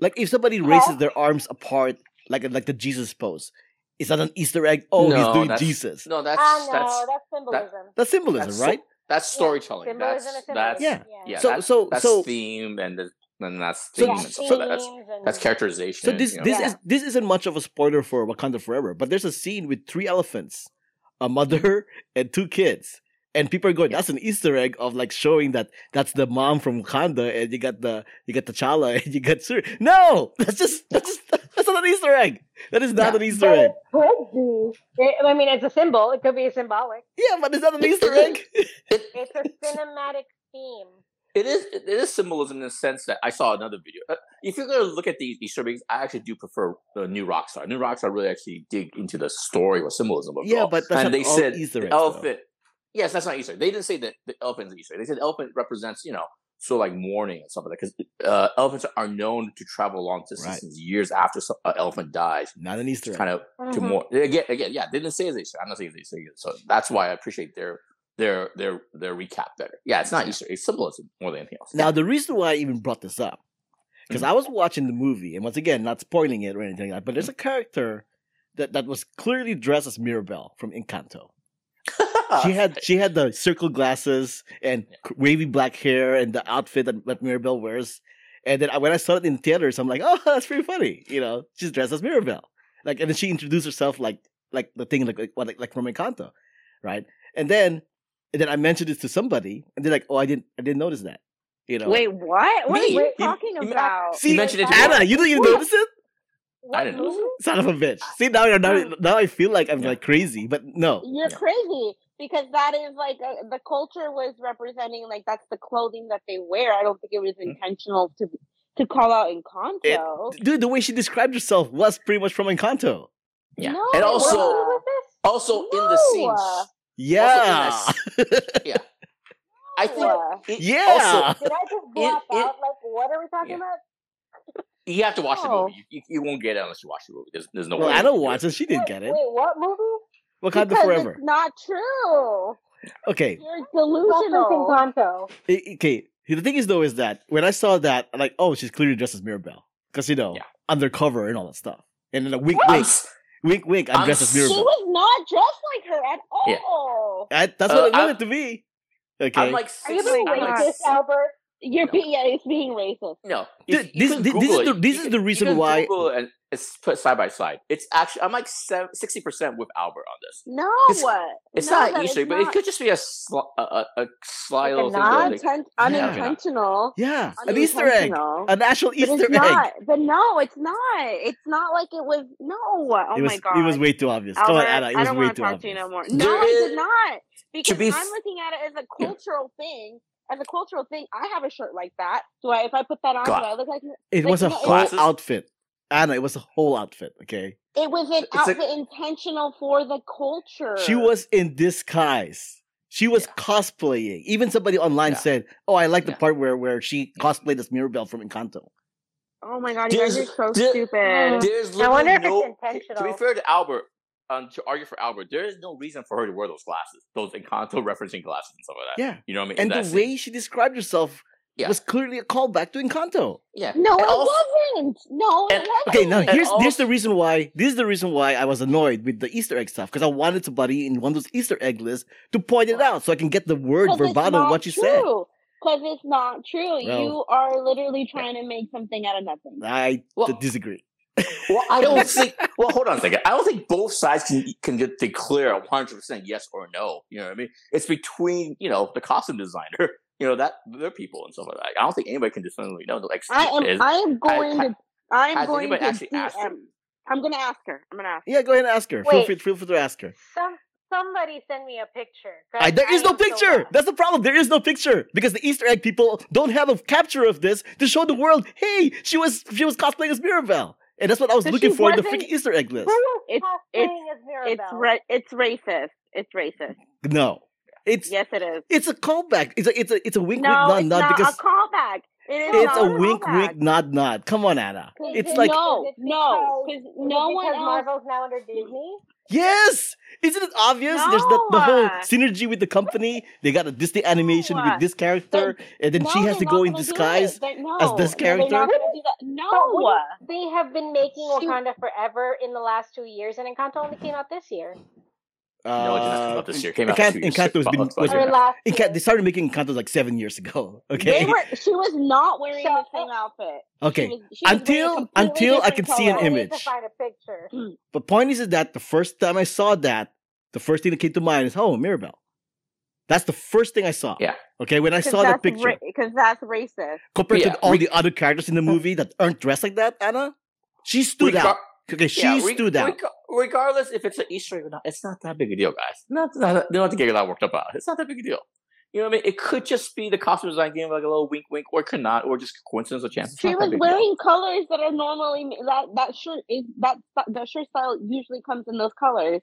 [SPEAKER 1] Like if somebody raises their arms apart, like like the Jesus pose, is that an Easter egg? Oh,
[SPEAKER 3] No,
[SPEAKER 1] he's doing
[SPEAKER 3] that's-
[SPEAKER 1] Jesus.
[SPEAKER 3] no, that's
[SPEAKER 4] ah no,
[SPEAKER 3] that's
[SPEAKER 4] that's, symbolism.
[SPEAKER 1] That's symbolism,
[SPEAKER 3] That's
[SPEAKER 1] right?
[SPEAKER 3] that's storytelling.
[SPEAKER 4] symbolism
[SPEAKER 3] that's
[SPEAKER 4] is
[SPEAKER 3] that's
[SPEAKER 4] symbolism.
[SPEAKER 3] yeah.
[SPEAKER 1] Yeah.
[SPEAKER 3] So
[SPEAKER 1] So-
[SPEAKER 3] that's,
[SPEAKER 1] so-
[SPEAKER 3] that's
[SPEAKER 1] so-
[SPEAKER 3] theme and the, and that's
[SPEAKER 1] So
[SPEAKER 3] theme
[SPEAKER 4] yeah,
[SPEAKER 3] and stuff like that. That's
[SPEAKER 4] themes and
[SPEAKER 3] that's characterization.
[SPEAKER 1] So this
[SPEAKER 3] you know.
[SPEAKER 1] this
[SPEAKER 4] Yeah.
[SPEAKER 1] is this isn't much of a spoiler for Wakanda Forever, but there's a scene with three elephants, a mother <laughs> and two kids, and people are going, "That's an Easter egg of like showing that that's the mom from Wakanda, and you got the you got T'Challa, <laughs> and you got Suri." No, that's just that's just, that's not an Easter egg. That is not
[SPEAKER 3] Yeah.
[SPEAKER 1] an Easter
[SPEAKER 4] But
[SPEAKER 1] egg.
[SPEAKER 4] it could be. It- I mean, it's a symbol. It could be symbolic.
[SPEAKER 1] Yeah, but is that an Easter egg?
[SPEAKER 3] <laughs>
[SPEAKER 1] <laughs>
[SPEAKER 4] It's a cinematic theme.
[SPEAKER 3] it is it is symbolism in the sense that I saw another video. Uh, If you're gonna look at these Easter eggs, I actually do prefer the new Rockstar. New Rockstar really actually dig into the story or symbolism of it
[SPEAKER 1] yeah,
[SPEAKER 3] all.
[SPEAKER 1] but that's
[SPEAKER 3] and
[SPEAKER 1] not
[SPEAKER 3] they
[SPEAKER 1] all
[SPEAKER 3] said
[SPEAKER 1] Easter
[SPEAKER 3] the
[SPEAKER 1] eggs. though.
[SPEAKER 3] elephant. Yes, that's not Easter. They didn't say that the elephant is Easter. They said elephant represents you know so like mourning and stuff like that because uh, elephants are known to travel long distances years after so- an elephant dies.
[SPEAKER 1] Not an Easter
[SPEAKER 3] It's
[SPEAKER 1] egg.
[SPEAKER 3] kind of to
[SPEAKER 1] Mm-hmm.
[SPEAKER 4] Mhm.
[SPEAKER 3] more again again yeah they didn't say it's Easter. I'm not saying it's Easter. So that's why I appreciate their their their their recap better. Yeah, it's not Easter. It's symbolism more than anything else.
[SPEAKER 1] Now, the reason why I even brought this up, because
[SPEAKER 3] Mm-hmm.
[SPEAKER 1] I was watching the movie, and once again, not spoiling it or anything like that, but there's a character that, that was clearly dressed as Mirabelle from Encanto. She
[SPEAKER 3] <laughs>
[SPEAKER 1] had she had the circle glasses and c- wavy black hair and the outfit that, that Mirabelle wears. And then I, when I saw it in theaters, I'm like, oh, <laughs> that's pretty funny. You know, she's dressed as Mirabelle. Like, and then she introduced herself like like the thing like like, what- like, like from Encanto, right? And then and then I mentioned this to somebody, and they're like, oh, I didn't I didn't notice that. You know,
[SPEAKER 2] Wait, what? What
[SPEAKER 3] Me.
[SPEAKER 2] are you
[SPEAKER 3] He-
[SPEAKER 2] talking
[SPEAKER 3] he-
[SPEAKER 2] about?
[SPEAKER 1] See,
[SPEAKER 3] You mentioned it to
[SPEAKER 1] Anna, you didn't even
[SPEAKER 3] Wait.
[SPEAKER 1] notice it,
[SPEAKER 4] What
[SPEAKER 3] didn't know
[SPEAKER 4] movie?
[SPEAKER 1] son of a bitch. See now, you're now, now I feel like I'm
[SPEAKER 3] Yeah.
[SPEAKER 1] like crazy, but no,
[SPEAKER 2] You're
[SPEAKER 3] Yeah.
[SPEAKER 2] crazy because that is like uh the culture was representing like that's the clothing that they wear. I don't think it
[SPEAKER 3] Hmm?
[SPEAKER 2] was intentional to to call out Encanto.
[SPEAKER 1] dude, the way she described herself was pretty much from Encanto.
[SPEAKER 3] Yeah.
[SPEAKER 2] No,
[SPEAKER 3] and
[SPEAKER 4] what
[SPEAKER 3] also,
[SPEAKER 2] So-
[SPEAKER 4] movie was this?
[SPEAKER 3] also in the scenes,
[SPEAKER 2] No.
[SPEAKER 1] Yeah,
[SPEAKER 3] Also I think
[SPEAKER 2] Uh,
[SPEAKER 3] it-
[SPEAKER 1] yeah.
[SPEAKER 3] Also,
[SPEAKER 4] Did I just blop
[SPEAKER 3] It- it-
[SPEAKER 4] out? Like, what are we talking
[SPEAKER 3] Yeah.
[SPEAKER 4] about?
[SPEAKER 3] you have to watch the
[SPEAKER 2] No.
[SPEAKER 3] movie. You, you, you won't get it unless you watch the movie. There's, there's no
[SPEAKER 1] Oh. well,
[SPEAKER 3] way.
[SPEAKER 1] I don't
[SPEAKER 3] watch
[SPEAKER 1] watch
[SPEAKER 3] it.
[SPEAKER 1] it. She didn't get it.
[SPEAKER 4] Wait, what movie?
[SPEAKER 1] Wakanda
[SPEAKER 2] because
[SPEAKER 1] Forever.
[SPEAKER 2] it's not true.
[SPEAKER 1] Okay,
[SPEAKER 2] You're
[SPEAKER 4] Dolphins
[SPEAKER 2] delusional.
[SPEAKER 4] Encanto.
[SPEAKER 1] I- I- okay. The thing is though is that when I saw that, I'm like, oh, she's clearly dressed as Mirabelle because you know
[SPEAKER 3] Yeah.
[SPEAKER 1] undercover and all that stuff. And then a wink,
[SPEAKER 3] I'm
[SPEAKER 1] wink,
[SPEAKER 3] s-
[SPEAKER 1] wink, wink. I'm
[SPEAKER 3] I'm
[SPEAKER 1] dressed as
[SPEAKER 3] so-
[SPEAKER 2] She
[SPEAKER 1] Mirabelle.
[SPEAKER 2] was not dressed like her at all.
[SPEAKER 1] I, that's
[SPEAKER 3] Uh,
[SPEAKER 1] what it
[SPEAKER 3] I'm-
[SPEAKER 1] wanted to be. Okay.
[SPEAKER 3] I'm like
[SPEAKER 4] Are you
[SPEAKER 3] six.
[SPEAKER 4] being
[SPEAKER 2] my
[SPEAKER 3] I'm like,
[SPEAKER 2] God.
[SPEAKER 4] racist, Albert?
[SPEAKER 2] You're
[SPEAKER 3] No.
[SPEAKER 2] being yeah, it's being racist.
[SPEAKER 3] no.
[SPEAKER 1] Th- this-
[SPEAKER 3] can
[SPEAKER 1] this- this
[SPEAKER 3] Google
[SPEAKER 1] is the-
[SPEAKER 3] it.
[SPEAKER 1] this
[SPEAKER 3] You
[SPEAKER 1] is
[SPEAKER 3] can-
[SPEAKER 1] the
[SPEAKER 3] you
[SPEAKER 1] reason
[SPEAKER 3] can
[SPEAKER 1] why-
[SPEAKER 3] Google it and it's put side by side. It's actually I'm like sixty percent with Albert on this.
[SPEAKER 2] No,
[SPEAKER 3] It's- It's
[SPEAKER 2] No,
[SPEAKER 3] not
[SPEAKER 2] that
[SPEAKER 3] Easter,
[SPEAKER 2] is
[SPEAKER 3] egg, but it
[SPEAKER 2] not.
[SPEAKER 3] could just be a sl- a, a, a
[SPEAKER 4] Like
[SPEAKER 3] sly
[SPEAKER 4] a
[SPEAKER 3] little thing.
[SPEAKER 4] nod?
[SPEAKER 3] that, like,
[SPEAKER 2] Uninten-
[SPEAKER 1] Yeah.
[SPEAKER 2] unintentional.
[SPEAKER 1] yeah, an Easter egg,
[SPEAKER 2] Unintentional.
[SPEAKER 1] an actual
[SPEAKER 2] But
[SPEAKER 1] Easter
[SPEAKER 2] it's
[SPEAKER 1] egg.
[SPEAKER 2] not. But no, it's not. It's not like it was. No. Oh
[SPEAKER 1] it was
[SPEAKER 2] my god.
[SPEAKER 1] it was way too obvious. Come on,
[SPEAKER 2] Albert,
[SPEAKER 1] Anna, it
[SPEAKER 2] I
[SPEAKER 1] was
[SPEAKER 2] don't
[SPEAKER 1] way
[SPEAKER 2] want
[SPEAKER 1] too
[SPEAKER 2] to talk
[SPEAKER 1] obvious.
[SPEAKER 2] to you no more.
[SPEAKER 3] There
[SPEAKER 2] No, I
[SPEAKER 3] is-
[SPEAKER 2] did not. Because
[SPEAKER 3] be f-
[SPEAKER 2] I'm looking at it as a cultural thing. As a cultural thing, I have a shirt like that. Do I? If I put that on,
[SPEAKER 3] Gla-
[SPEAKER 2] do I look like?
[SPEAKER 1] It
[SPEAKER 2] Like,
[SPEAKER 1] was a
[SPEAKER 2] no, it-
[SPEAKER 1] whole
[SPEAKER 3] Glasses?
[SPEAKER 1] outfit, Anna. It was a whole outfit. Okay,
[SPEAKER 2] It was an
[SPEAKER 3] It's a-
[SPEAKER 2] outfit intentional for the culture.
[SPEAKER 1] she was in disguise. She was
[SPEAKER 3] Yeah.
[SPEAKER 1] cosplaying. Even somebody online
[SPEAKER 3] Yeah.
[SPEAKER 1] said, "Oh, I like the
[SPEAKER 3] Yeah. Uh,
[SPEAKER 1] part where where she cosplayed as Mirabelle from Encanto."
[SPEAKER 2] Oh my god, you guys are
[SPEAKER 3] There's-
[SPEAKER 2] so
[SPEAKER 3] there-
[SPEAKER 2] stupid.
[SPEAKER 3] There's
[SPEAKER 4] I wonder if
[SPEAKER 3] literally
[SPEAKER 4] it's
[SPEAKER 3] no. To
[SPEAKER 4] intentional.
[SPEAKER 3] be fair to Albert, um, to argue for Albert, there is no reason for her to wear those glasses, those Encanto referencing glasses and stuff like that.
[SPEAKER 1] Yeah,
[SPEAKER 3] You know what I mean?
[SPEAKER 1] and
[SPEAKER 3] In that
[SPEAKER 1] the
[SPEAKER 3] scene.
[SPEAKER 1] way she described herself
[SPEAKER 3] Yeah.
[SPEAKER 1] was clearly a callback to Encanto.
[SPEAKER 3] yeah.
[SPEAKER 2] No,
[SPEAKER 3] And
[SPEAKER 2] it
[SPEAKER 3] also-
[SPEAKER 2] wasn't. No, it
[SPEAKER 3] and-
[SPEAKER 2] wasn't.
[SPEAKER 1] Okay, now here's here's
[SPEAKER 3] also-
[SPEAKER 1] the reason why this is the reason why I was annoyed with the Easter egg stuff because I wanted somebody in one of those Easter egg lists to point it out so I can get the word verbatim of what you said.
[SPEAKER 2] Because it's not true.
[SPEAKER 1] Well-
[SPEAKER 2] you are literally trying to make something out of nothing.
[SPEAKER 1] I
[SPEAKER 3] Well-
[SPEAKER 1] d- disagree.
[SPEAKER 3] Well, <laughs> I don't think. Well, hold on a second. I don't think both sides can can de- declare hundred percent yes or no. You know what I mean? It's between you know the costume designer, <laughs> you know that their people and stuff like that. I don't think anybody can definitively know. Like,
[SPEAKER 2] I am.
[SPEAKER 3] is-
[SPEAKER 2] I am going
[SPEAKER 3] ha-
[SPEAKER 2] to. I am
[SPEAKER 3] has
[SPEAKER 2] going to
[SPEAKER 3] anybody actually asked her?
[SPEAKER 2] DM. I'm going to ask her. I'm going to ask.
[SPEAKER 1] Yeah, go ahead and ask her. Feel
[SPEAKER 4] Wait.
[SPEAKER 1] free, feel free to ask her.
[SPEAKER 4] Some somebody send me a picture. 'cause
[SPEAKER 1] I, there is no
[SPEAKER 4] am so
[SPEAKER 1] picture.
[SPEAKER 4] lost.
[SPEAKER 1] That's the problem. There is no picture because the Easter egg people don't have a capture of this to show the world. Hey, she was she was cosplaying as Mirabelle, and that's what I was
[SPEAKER 2] So
[SPEAKER 1] looking
[SPEAKER 2] she
[SPEAKER 1] for in the
[SPEAKER 2] wasn't-
[SPEAKER 1] freaking Easter egg list.
[SPEAKER 4] Who was
[SPEAKER 2] It's-
[SPEAKER 4] cosplaying as Mirabelle?
[SPEAKER 2] It's ra- It's racist. It's racist.
[SPEAKER 1] No, It's
[SPEAKER 2] Yes, it is.
[SPEAKER 1] it's a callback. It's a it's a it's a wink wink
[SPEAKER 2] No,
[SPEAKER 1] nod
[SPEAKER 2] it's
[SPEAKER 1] nod
[SPEAKER 2] not
[SPEAKER 1] because
[SPEAKER 2] a callback. It is
[SPEAKER 1] it's
[SPEAKER 2] not
[SPEAKER 1] a wink
[SPEAKER 2] callback.
[SPEAKER 1] wink nod nod. Come on, Anna.
[SPEAKER 4] Is
[SPEAKER 1] It's
[SPEAKER 4] it
[SPEAKER 1] like-
[SPEAKER 2] no,
[SPEAKER 4] is it
[SPEAKER 2] no,
[SPEAKER 4] because-
[SPEAKER 2] because no
[SPEAKER 4] because
[SPEAKER 2] one else.
[SPEAKER 4] Marvel's now under Disney.
[SPEAKER 1] Yes, isn't it obvious? There's the, the whole synergy with the company. They got a Disney animation
[SPEAKER 2] No.
[SPEAKER 1] with this character, and then
[SPEAKER 2] no,
[SPEAKER 1] she has
[SPEAKER 2] they're
[SPEAKER 1] to
[SPEAKER 2] not
[SPEAKER 1] go in
[SPEAKER 2] gonna do
[SPEAKER 1] disguise.
[SPEAKER 2] it. They're- no,
[SPEAKER 1] this
[SPEAKER 2] No, they're not
[SPEAKER 1] character?
[SPEAKER 2] gonna do that.
[SPEAKER 4] But
[SPEAKER 2] No.
[SPEAKER 4] wouldn't- They have been making
[SPEAKER 2] She-
[SPEAKER 4] Wakanda forever in the last two years, and Encanto only came out this year.
[SPEAKER 3] No, it did
[SPEAKER 1] Uh,
[SPEAKER 3] not come out this year. It came out
[SPEAKER 1] Encan-
[SPEAKER 3] two years
[SPEAKER 1] Encanto has
[SPEAKER 3] ago.
[SPEAKER 1] been
[SPEAKER 3] About
[SPEAKER 1] was,
[SPEAKER 3] a year
[SPEAKER 4] Or
[SPEAKER 3] Yeah.
[SPEAKER 4] last
[SPEAKER 1] Encan-
[SPEAKER 4] year.
[SPEAKER 1] they started making Encanto like seven years ago. <laughs> Okay,
[SPEAKER 2] They were. She was not wearing
[SPEAKER 4] So-
[SPEAKER 2] the same outfit.
[SPEAKER 1] okay.
[SPEAKER 2] She was, she was wearing
[SPEAKER 1] Until-
[SPEAKER 2] a completely
[SPEAKER 1] until I
[SPEAKER 2] different
[SPEAKER 1] could see an
[SPEAKER 2] color.
[SPEAKER 4] I need to
[SPEAKER 1] image.
[SPEAKER 4] find a picture.
[SPEAKER 1] But point is that the first time I saw that, the first thing that came to mind is oh Mirabelle. That's the first thing I saw.
[SPEAKER 3] Yeah.
[SPEAKER 1] Okay, when I saw that picture
[SPEAKER 2] because that's racist.
[SPEAKER 1] compared
[SPEAKER 3] Yeah,
[SPEAKER 1] to all
[SPEAKER 3] we-
[SPEAKER 1] the other characters in the movie that aren't dressed like that, Anna, she stood
[SPEAKER 3] Regar-
[SPEAKER 1] out. Okay, she
[SPEAKER 3] yeah, re-
[SPEAKER 1] stood out.
[SPEAKER 3] reg- regardless if it's an Easter egg or not, it's not that big a deal, guys. Not, not they don't have to get a lot worked up about it. It's not that big a deal. You know what I mean? It could just be the costume design game, like a little wink, wink, or it could not, or just coincidence or chance. It's
[SPEAKER 2] She
[SPEAKER 3] not that
[SPEAKER 2] was
[SPEAKER 3] big a deal.
[SPEAKER 2] wearing colors that are normally that that shirt is that that shirt style usually comes in those colors.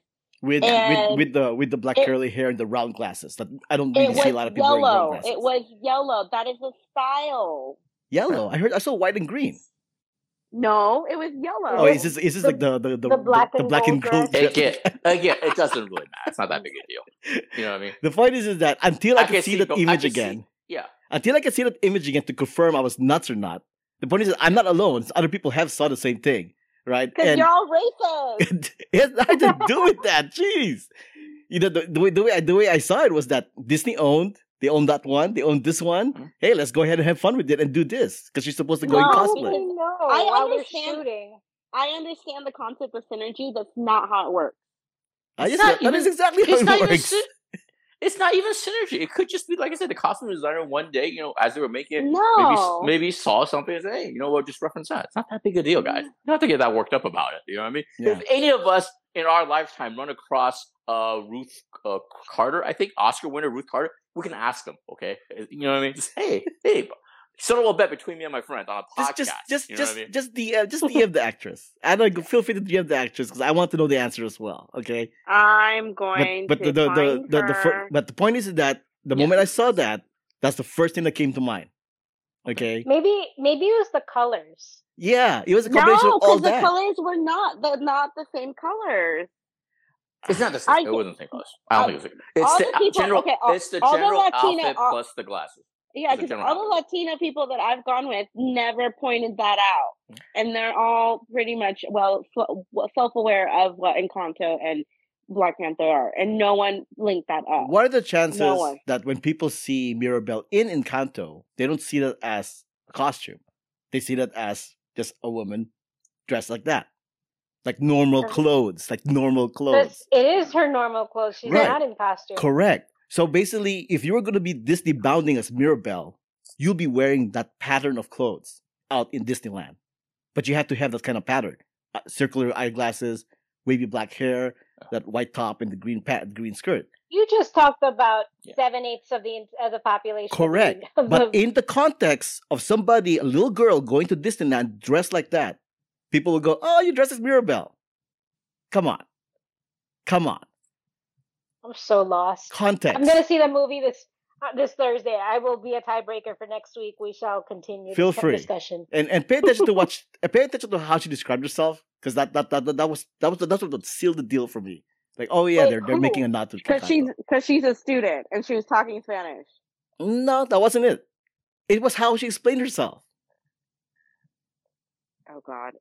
[SPEAKER 1] with with
[SPEAKER 2] And
[SPEAKER 1] with the with the black
[SPEAKER 2] it-
[SPEAKER 1] curly hair and the round glasses. That I don't
[SPEAKER 2] It
[SPEAKER 1] really see a
[SPEAKER 2] was
[SPEAKER 1] lot of people wearing round
[SPEAKER 2] yellow.
[SPEAKER 1] glasses.
[SPEAKER 2] It was yellow. That is a style.
[SPEAKER 1] yellow. I heard. I saw white and green.
[SPEAKER 2] No, it was
[SPEAKER 1] Oh,
[SPEAKER 2] yellow.
[SPEAKER 1] is this is this like the the the,
[SPEAKER 4] the black and gold dress.
[SPEAKER 1] dress?
[SPEAKER 3] Again, again, it doesn't really matter. It's not that big a deal.
[SPEAKER 1] <laughs>
[SPEAKER 3] You know what I mean?
[SPEAKER 1] The point is, is that until I,
[SPEAKER 3] I
[SPEAKER 1] could
[SPEAKER 3] can
[SPEAKER 1] see,
[SPEAKER 3] see
[SPEAKER 1] that
[SPEAKER 3] both- I
[SPEAKER 1] image
[SPEAKER 3] can see-
[SPEAKER 1] again,
[SPEAKER 3] Yeah.
[SPEAKER 1] until I could see that image again to confirm I was nuts or not. The point is, that I'm not alone. Other people have saw the same thing, right? <laughs>
[SPEAKER 2] Because you're all racist.
[SPEAKER 1] it has nothing to do with that. Jeez, you know the, the way the way I, the way I saw it was that Disney owned. They owned that one. They owned this one.
[SPEAKER 3] Mhm.
[SPEAKER 1] Hey, let's go ahead and have fun with it and do this because you're supposed to go in
[SPEAKER 2] No,
[SPEAKER 1] cosplay.
[SPEAKER 2] because
[SPEAKER 4] No,
[SPEAKER 2] I
[SPEAKER 4] while they're
[SPEAKER 2] understand-
[SPEAKER 4] shooting.
[SPEAKER 2] I understand the concept of synergy. That's not how it works.
[SPEAKER 1] I
[SPEAKER 3] It's
[SPEAKER 1] just
[SPEAKER 3] not
[SPEAKER 1] that is
[SPEAKER 3] even-
[SPEAKER 1] exactly
[SPEAKER 3] it's
[SPEAKER 1] how
[SPEAKER 3] not
[SPEAKER 1] it
[SPEAKER 3] even
[SPEAKER 1] works.
[SPEAKER 3] syn- it's not even synergy. It could just be like I said, the costume designer one day, you know, as they were making it, maybe
[SPEAKER 2] No.
[SPEAKER 3] maybe saw something and said, hey, you know what, just reference that. It's not that big a deal, guys. You
[SPEAKER 2] Mm.
[SPEAKER 3] don't have to get that worked up about it. You know what I mean?
[SPEAKER 1] Yeah.
[SPEAKER 3] If any of us in our lifetime run across uh, Ruth uh, Carter, I think Oscar winner Ruth Carter, we can ask them. Okay, Uh, you know what I mean? Just hey, hey. Settle a bet between me and my friend on a podcast.
[SPEAKER 1] Just, just, just,
[SPEAKER 3] you know
[SPEAKER 1] just,
[SPEAKER 3] what I mean?
[SPEAKER 1] just DM, just DM the actress. I
[SPEAKER 3] <laughs>
[SPEAKER 1] know. Feel free to DM the actress because I want to know the answer as well. Okay.
[SPEAKER 2] I'm
[SPEAKER 1] but
[SPEAKER 2] going
[SPEAKER 1] but the
[SPEAKER 2] to
[SPEAKER 1] the the,
[SPEAKER 2] find
[SPEAKER 1] the, the fir-
[SPEAKER 2] her.
[SPEAKER 1] but the point is that the
[SPEAKER 3] Yeah.
[SPEAKER 1] moment I saw that, that's the first thing that came to mind. Okay.
[SPEAKER 4] Maybe maybe it was the colors.
[SPEAKER 1] Yeah, it was a combination
[SPEAKER 2] No,
[SPEAKER 1] of all
[SPEAKER 2] because the
[SPEAKER 1] that.
[SPEAKER 2] colors were not the not the same colors.
[SPEAKER 3] It's not the
[SPEAKER 2] I
[SPEAKER 3] same. It
[SPEAKER 2] get-
[SPEAKER 3] wasn't the same colors. I don't
[SPEAKER 2] I-
[SPEAKER 3] think it was. It's
[SPEAKER 2] all
[SPEAKER 3] the,
[SPEAKER 2] the people-
[SPEAKER 3] general.
[SPEAKER 2] okay, all-
[SPEAKER 3] it's the
[SPEAKER 2] all the
[SPEAKER 3] general
[SPEAKER 2] Latina-
[SPEAKER 3] outfit
[SPEAKER 2] all-
[SPEAKER 3] plus the glasses.
[SPEAKER 2] Yeah,
[SPEAKER 3] It's a
[SPEAKER 2] because
[SPEAKER 3] general
[SPEAKER 2] all the Latina people that I've gone with never pointed that out, and they're all pretty much well self aware of what Encanto and Black Panther are, and no one linked that up.
[SPEAKER 1] What are the chances
[SPEAKER 2] No one.
[SPEAKER 1] that when people see Mirabelle in Encanto, they don't see that as a costume? They see that as just a woman dressed like that, like normal
[SPEAKER 4] Okay.
[SPEAKER 1] clothes, like normal clothes.
[SPEAKER 4] This- It is her normal clothes. She's
[SPEAKER 1] Right.
[SPEAKER 4] not in costume.
[SPEAKER 1] Correct. So basically, if you were going to be Disney bounding as Mirabelle, you'll be wearing that pattern of clothes out in Disneyland. But you have to have that kind of pattern: uh, circular eyeglasses, wavy black hair,
[SPEAKER 4] Uh.
[SPEAKER 1] that white top, and the green pat, green skirt.
[SPEAKER 4] You just talked about
[SPEAKER 3] Yeah.
[SPEAKER 4] seven eighths of the of the population. of
[SPEAKER 1] Correct.
[SPEAKER 4] the- <laughs> of
[SPEAKER 1] But
[SPEAKER 4] the-
[SPEAKER 1] in the context of somebody, a little girl going to Disneyland dressed like that, people will go, "Oh, you dressed as Mirabelle." Come on, come on.
[SPEAKER 4] I'm so lost.
[SPEAKER 1] Context.
[SPEAKER 4] I'm gonna see the movie this uh, this Thursday. I will be a tiebreaker for next week. We shall continue
[SPEAKER 1] Feel
[SPEAKER 4] the
[SPEAKER 1] free.
[SPEAKER 4] discussion.
[SPEAKER 1] and <laughs> and pay attention to what uh, pay attention to how she described herself because that that, that that that was that was that's what sealed the deal for me. Like, oh yeah,
[SPEAKER 4] Wait,
[SPEAKER 1] they're they're
[SPEAKER 4] who?
[SPEAKER 1] making a nod to
[SPEAKER 2] Because
[SPEAKER 1] Encanto.
[SPEAKER 2] she's because she's a student and she was talking Spanish.
[SPEAKER 1] No, that wasn't it. It was how she explained herself. <laughs>
[SPEAKER 2] Oh God,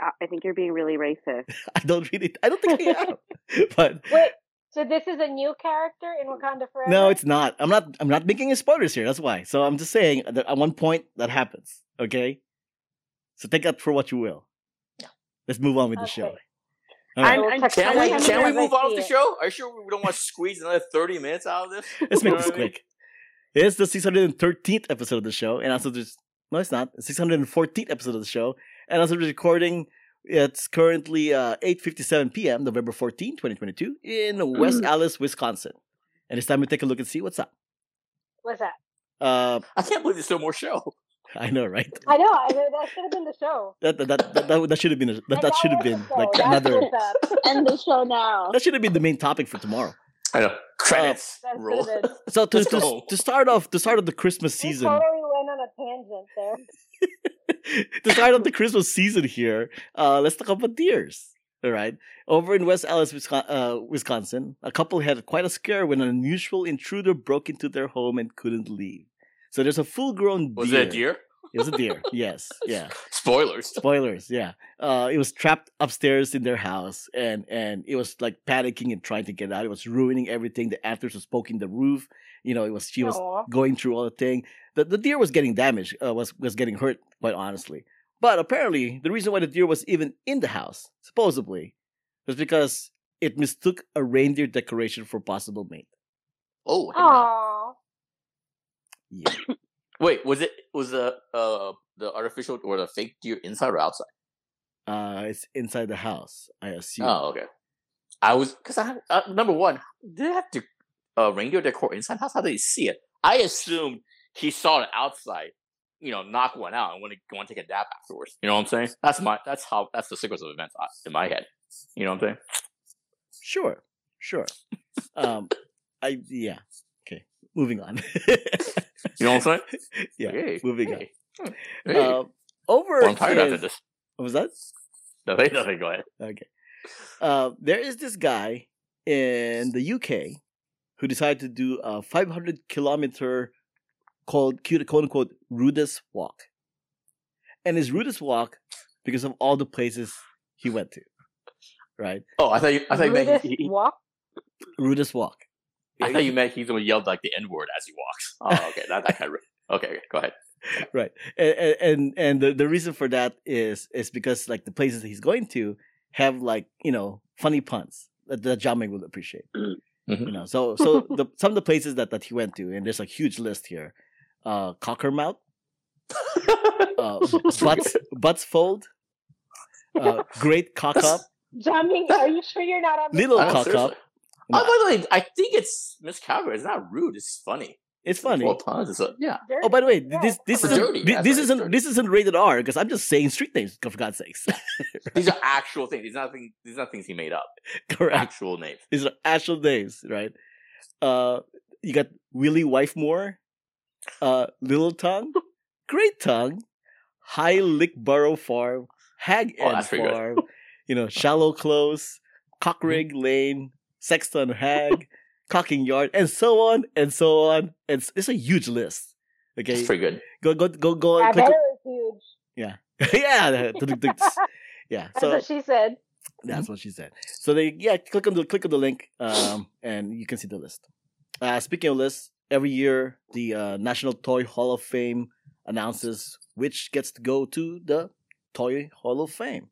[SPEAKER 2] I, I think you're being
[SPEAKER 1] <laughs>
[SPEAKER 2] really racist.
[SPEAKER 1] I don't really, I don't think I
[SPEAKER 4] <laughs>
[SPEAKER 1] am. but
[SPEAKER 4] Wait, so this is a new character in Wakanda Forever?
[SPEAKER 1] no, it's not. I'm not. I'm not making spoilers here. That's why. So I'm just saying that at one point that happens. Okay. So take that for what you will. Let's move on with the
[SPEAKER 4] Okay.
[SPEAKER 1] show. All
[SPEAKER 2] I'm-
[SPEAKER 1] right.
[SPEAKER 4] will
[SPEAKER 2] I'm-
[SPEAKER 4] text
[SPEAKER 3] Can
[SPEAKER 4] my
[SPEAKER 3] we
[SPEAKER 2] I
[SPEAKER 4] husband
[SPEAKER 3] can we
[SPEAKER 4] as I
[SPEAKER 3] move on
[SPEAKER 4] see
[SPEAKER 3] with the
[SPEAKER 4] it.
[SPEAKER 3] show? Are you sure we don't want to squeeze another thirty minutes out of this?
[SPEAKER 1] Let's
[SPEAKER 3] You
[SPEAKER 1] make
[SPEAKER 3] know
[SPEAKER 1] this
[SPEAKER 3] what I mean?
[SPEAKER 1] quick. It's the 613th episode of the show, and also there's no, it's not. It's 614th episode of the show, and also there's recording. It's currently uh, 8:57 p.m. November 14, 2022, in
[SPEAKER 3] Mm.
[SPEAKER 1] West Allis, Wisconsin. And it's time to take a look and see what's up.
[SPEAKER 4] What's that?
[SPEAKER 1] Uh,
[SPEAKER 3] I can't believe there's still more show.
[SPEAKER 1] I know, right? <laughs>
[SPEAKER 4] I know. I, that should have been the show.
[SPEAKER 1] That that that that, that, should have been a, that,
[SPEAKER 4] And
[SPEAKER 1] that should have
[SPEAKER 4] was the
[SPEAKER 1] been
[SPEAKER 4] show.
[SPEAKER 3] <laughs>
[SPEAKER 1] like
[SPEAKER 4] That's
[SPEAKER 1] another
[SPEAKER 4] what's up.
[SPEAKER 2] End the show now.
[SPEAKER 1] that should have been the main topic for tomorrow.
[SPEAKER 3] I know. Credits.
[SPEAKER 4] Oh, That's
[SPEAKER 3] roll.
[SPEAKER 1] <laughs>
[SPEAKER 4] sort of-
[SPEAKER 1] So to,
[SPEAKER 3] Let's
[SPEAKER 1] to,
[SPEAKER 3] go.
[SPEAKER 1] to start off to start off the Christmas
[SPEAKER 4] we
[SPEAKER 1] season.
[SPEAKER 4] totally went on a tangent there.
[SPEAKER 1] to start off <laughs> the Christmas season here, uh, let's talk about deers. All right. Over in West Allis, Wisco- uh, Wisconsin, a couple had quite a scare when an unusual intruder broke into their home and couldn't leave. So there's a full grown deer.
[SPEAKER 3] <laughs> Was it a deer?
[SPEAKER 1] It was a
[SPEAKER 3] <laughs>
[SPEAKER 1] deer. Yes. Yeah.
[SPEAKER 3] Spoilers.
[SPEAKER 1] Spoilers. Yeah. Uh, it was trapped upstairs in their house and, and it was like panicking and trying to get out. It was ruining everything. The afters was poking the roof. You know, it was, she was <laughs>
[SPEAKER 4] Aw.
[SPEAKER 1] going through all the thing. The, the deer was getting damaged, uh, was was getting hurt, quite honestly. But apparently, the reason why the deer was even in the house, supposedly, was because it mistook a reindeer decoration for possible mate.
[SPEAKER 3] Oh. hey, man.
[SPEAKER 4] Aw.
[SPEAKER 1] Yeah.
[SPEAKER 3] Wait. Was it? Was the uh the artificial or the fake deer inside or outside?
[SPEAKER 1] Uh, it's inside the house, I assume.
[SPEAKER 3] Oh, okay. I was because I uh, number one did they have to uh, reindeer decor inside house. How did he see it? I assumed he saw it outside. You know, knock one out and want to want to take a nap afterwards. You know what I'm saying? That's my that's how that's the sequence of events uh, in my head. You know what I'm saying?
[SPEAKER 1] Sure,
[SPEAKER 3] <laughs>
[SPEAKER 1] sure. um, I yeah. Okay, moving on. <laughs>
[SPEAKER 3] You know what I'm saying?
[SPEAKER 1] yeah,
[SPEAKER 3] Hey,
[SPEAKER 1] moving
[SPEAKER 3] hey,
[SPEAKER 4] Hmm.
[SPEAKER 3] hey.
[SPEAKER 4] Uh,
[SPEAKER 1] on. Um over.
[SPEAKER 3] Well, I'm tired after
[SPEAKER 1] in-
[SPEAKER 3] this. <laughs>
[SPEAKER 1] What was that?
[SPEAKER 3] No, they nothing. Go ahead.
[SPEAKER 1] Okay. Uh, there is this guy in the UK who decided to do a 500 kilometer called cute- quote unquote rudest walk. And his rudest walk because of all the places he went to, right?
[SPEAKER 3] Oh, I thought you, I thought you meant
[SPEAKER 4] Rudest
[SPEAKER 3] he, he-
[SPEAKER 4] walk.
[SPEAKER 1] Rudest walk.
[SPEAKER 3] I thought you meant he's gonna yell like the N word as he walks. <laughs> Oh, okay, that, that kind of okay. okay, Go ahead.
[SPEAKER 1] right and and- and and the, the reason for that is is because like the places that he's going to have like you know funny puns that the jamming will appreciate
[SPEAKER 3] Mm-hmm.
[SPEAKER 1] you know so so the some of the places that that he went to and there's a huge list here uh cockermouth uh butts butts fold uh great cock up
[SPEAKER 4] Jamming, are you sure you're not on the
[SPEAKER 1] little
[SPEAKER 3] I know,
[SPEAKER 1] cock
[SPEAKER 3] Ah, seriously.
[SPEAKER 1] up
[SPEAKER 3] Oh, by the way, <laughs> I think it's Miss Calgary. It's not rude. It's funny.
[SPEAKER 1] it's funny
[SPEAKER 3] Well, puns. It's a, yeah.
[SPEAKER 4] dirt?
[SPEAKER 1] Oh, by the way,
[SPEAKER 4] Yeah.
[SPEAKER 1] this this
[SPEAKER 3] It's
[SPEAKER 1] isn't
[SPEAKER 3] dirty.
[SPEAKER 1] thi-
[SPEAKER 3] That's
[SPEAKER 1] this
[SPEAKER 3] right, it's
[SPEAKER 1] isn't
[SPEAKER 3] dirty.
[SPEAKER 1] this isn't rated R because I'm just saying street names for God's sakes. <laughs>
[SPEAKER 3] These are actual things. These are not things. These are not things he made up.
[SPEAKER 1] Correct.
[SPEAKER 3] Actual names.
[SPEAKER 1] These are actual names, right? Uh, you got Willie Wifemore, uh, Little
[SPEAKER 3] <laughs>
[SPEAKER 1] Tongue, Great Tongue, High Lickborough Farm, Hag
[SPEAKER 3] Oh,
[SPEAKER 1] End
[SPEAKER 3] that's pretty good. <laughs> Mm-hmm.
[SPEAKER 1] Farm, you know, Shallow Close, Cockrig Lane, Sexton Hag, Cocking Yard, and so on and so on. And it's, it's a huge list. Okay,
[SPEAKER 3] It's pretty good.
[SPEAKER 1] go go go go.
[SPEAKER 4] I
[SPEAKER 1] and
[SPEAKER 4] bet
[SPEAKER 1] click
[SPEAKER 4] it was huge.
[SPEAKER 1] <laughs> yeah, the- the-
[SPEAKER 3] <laughs>
[SPEAKER 1] the- yeah.
[SPEAKER 4] That's
[SPEAKER 1] So
[SPEAKER 4] what she
[SPEAKER 1] <laughs>
[SPEAKER 4] said.
[SPEAKER 1] That's what she said. So they yeah, click on the click on the link, um, and you can see the list. Uh, speaking of lists, every year the uh, National Toy Hall of Fame announces which gets to go to the Toy Hall of Fame,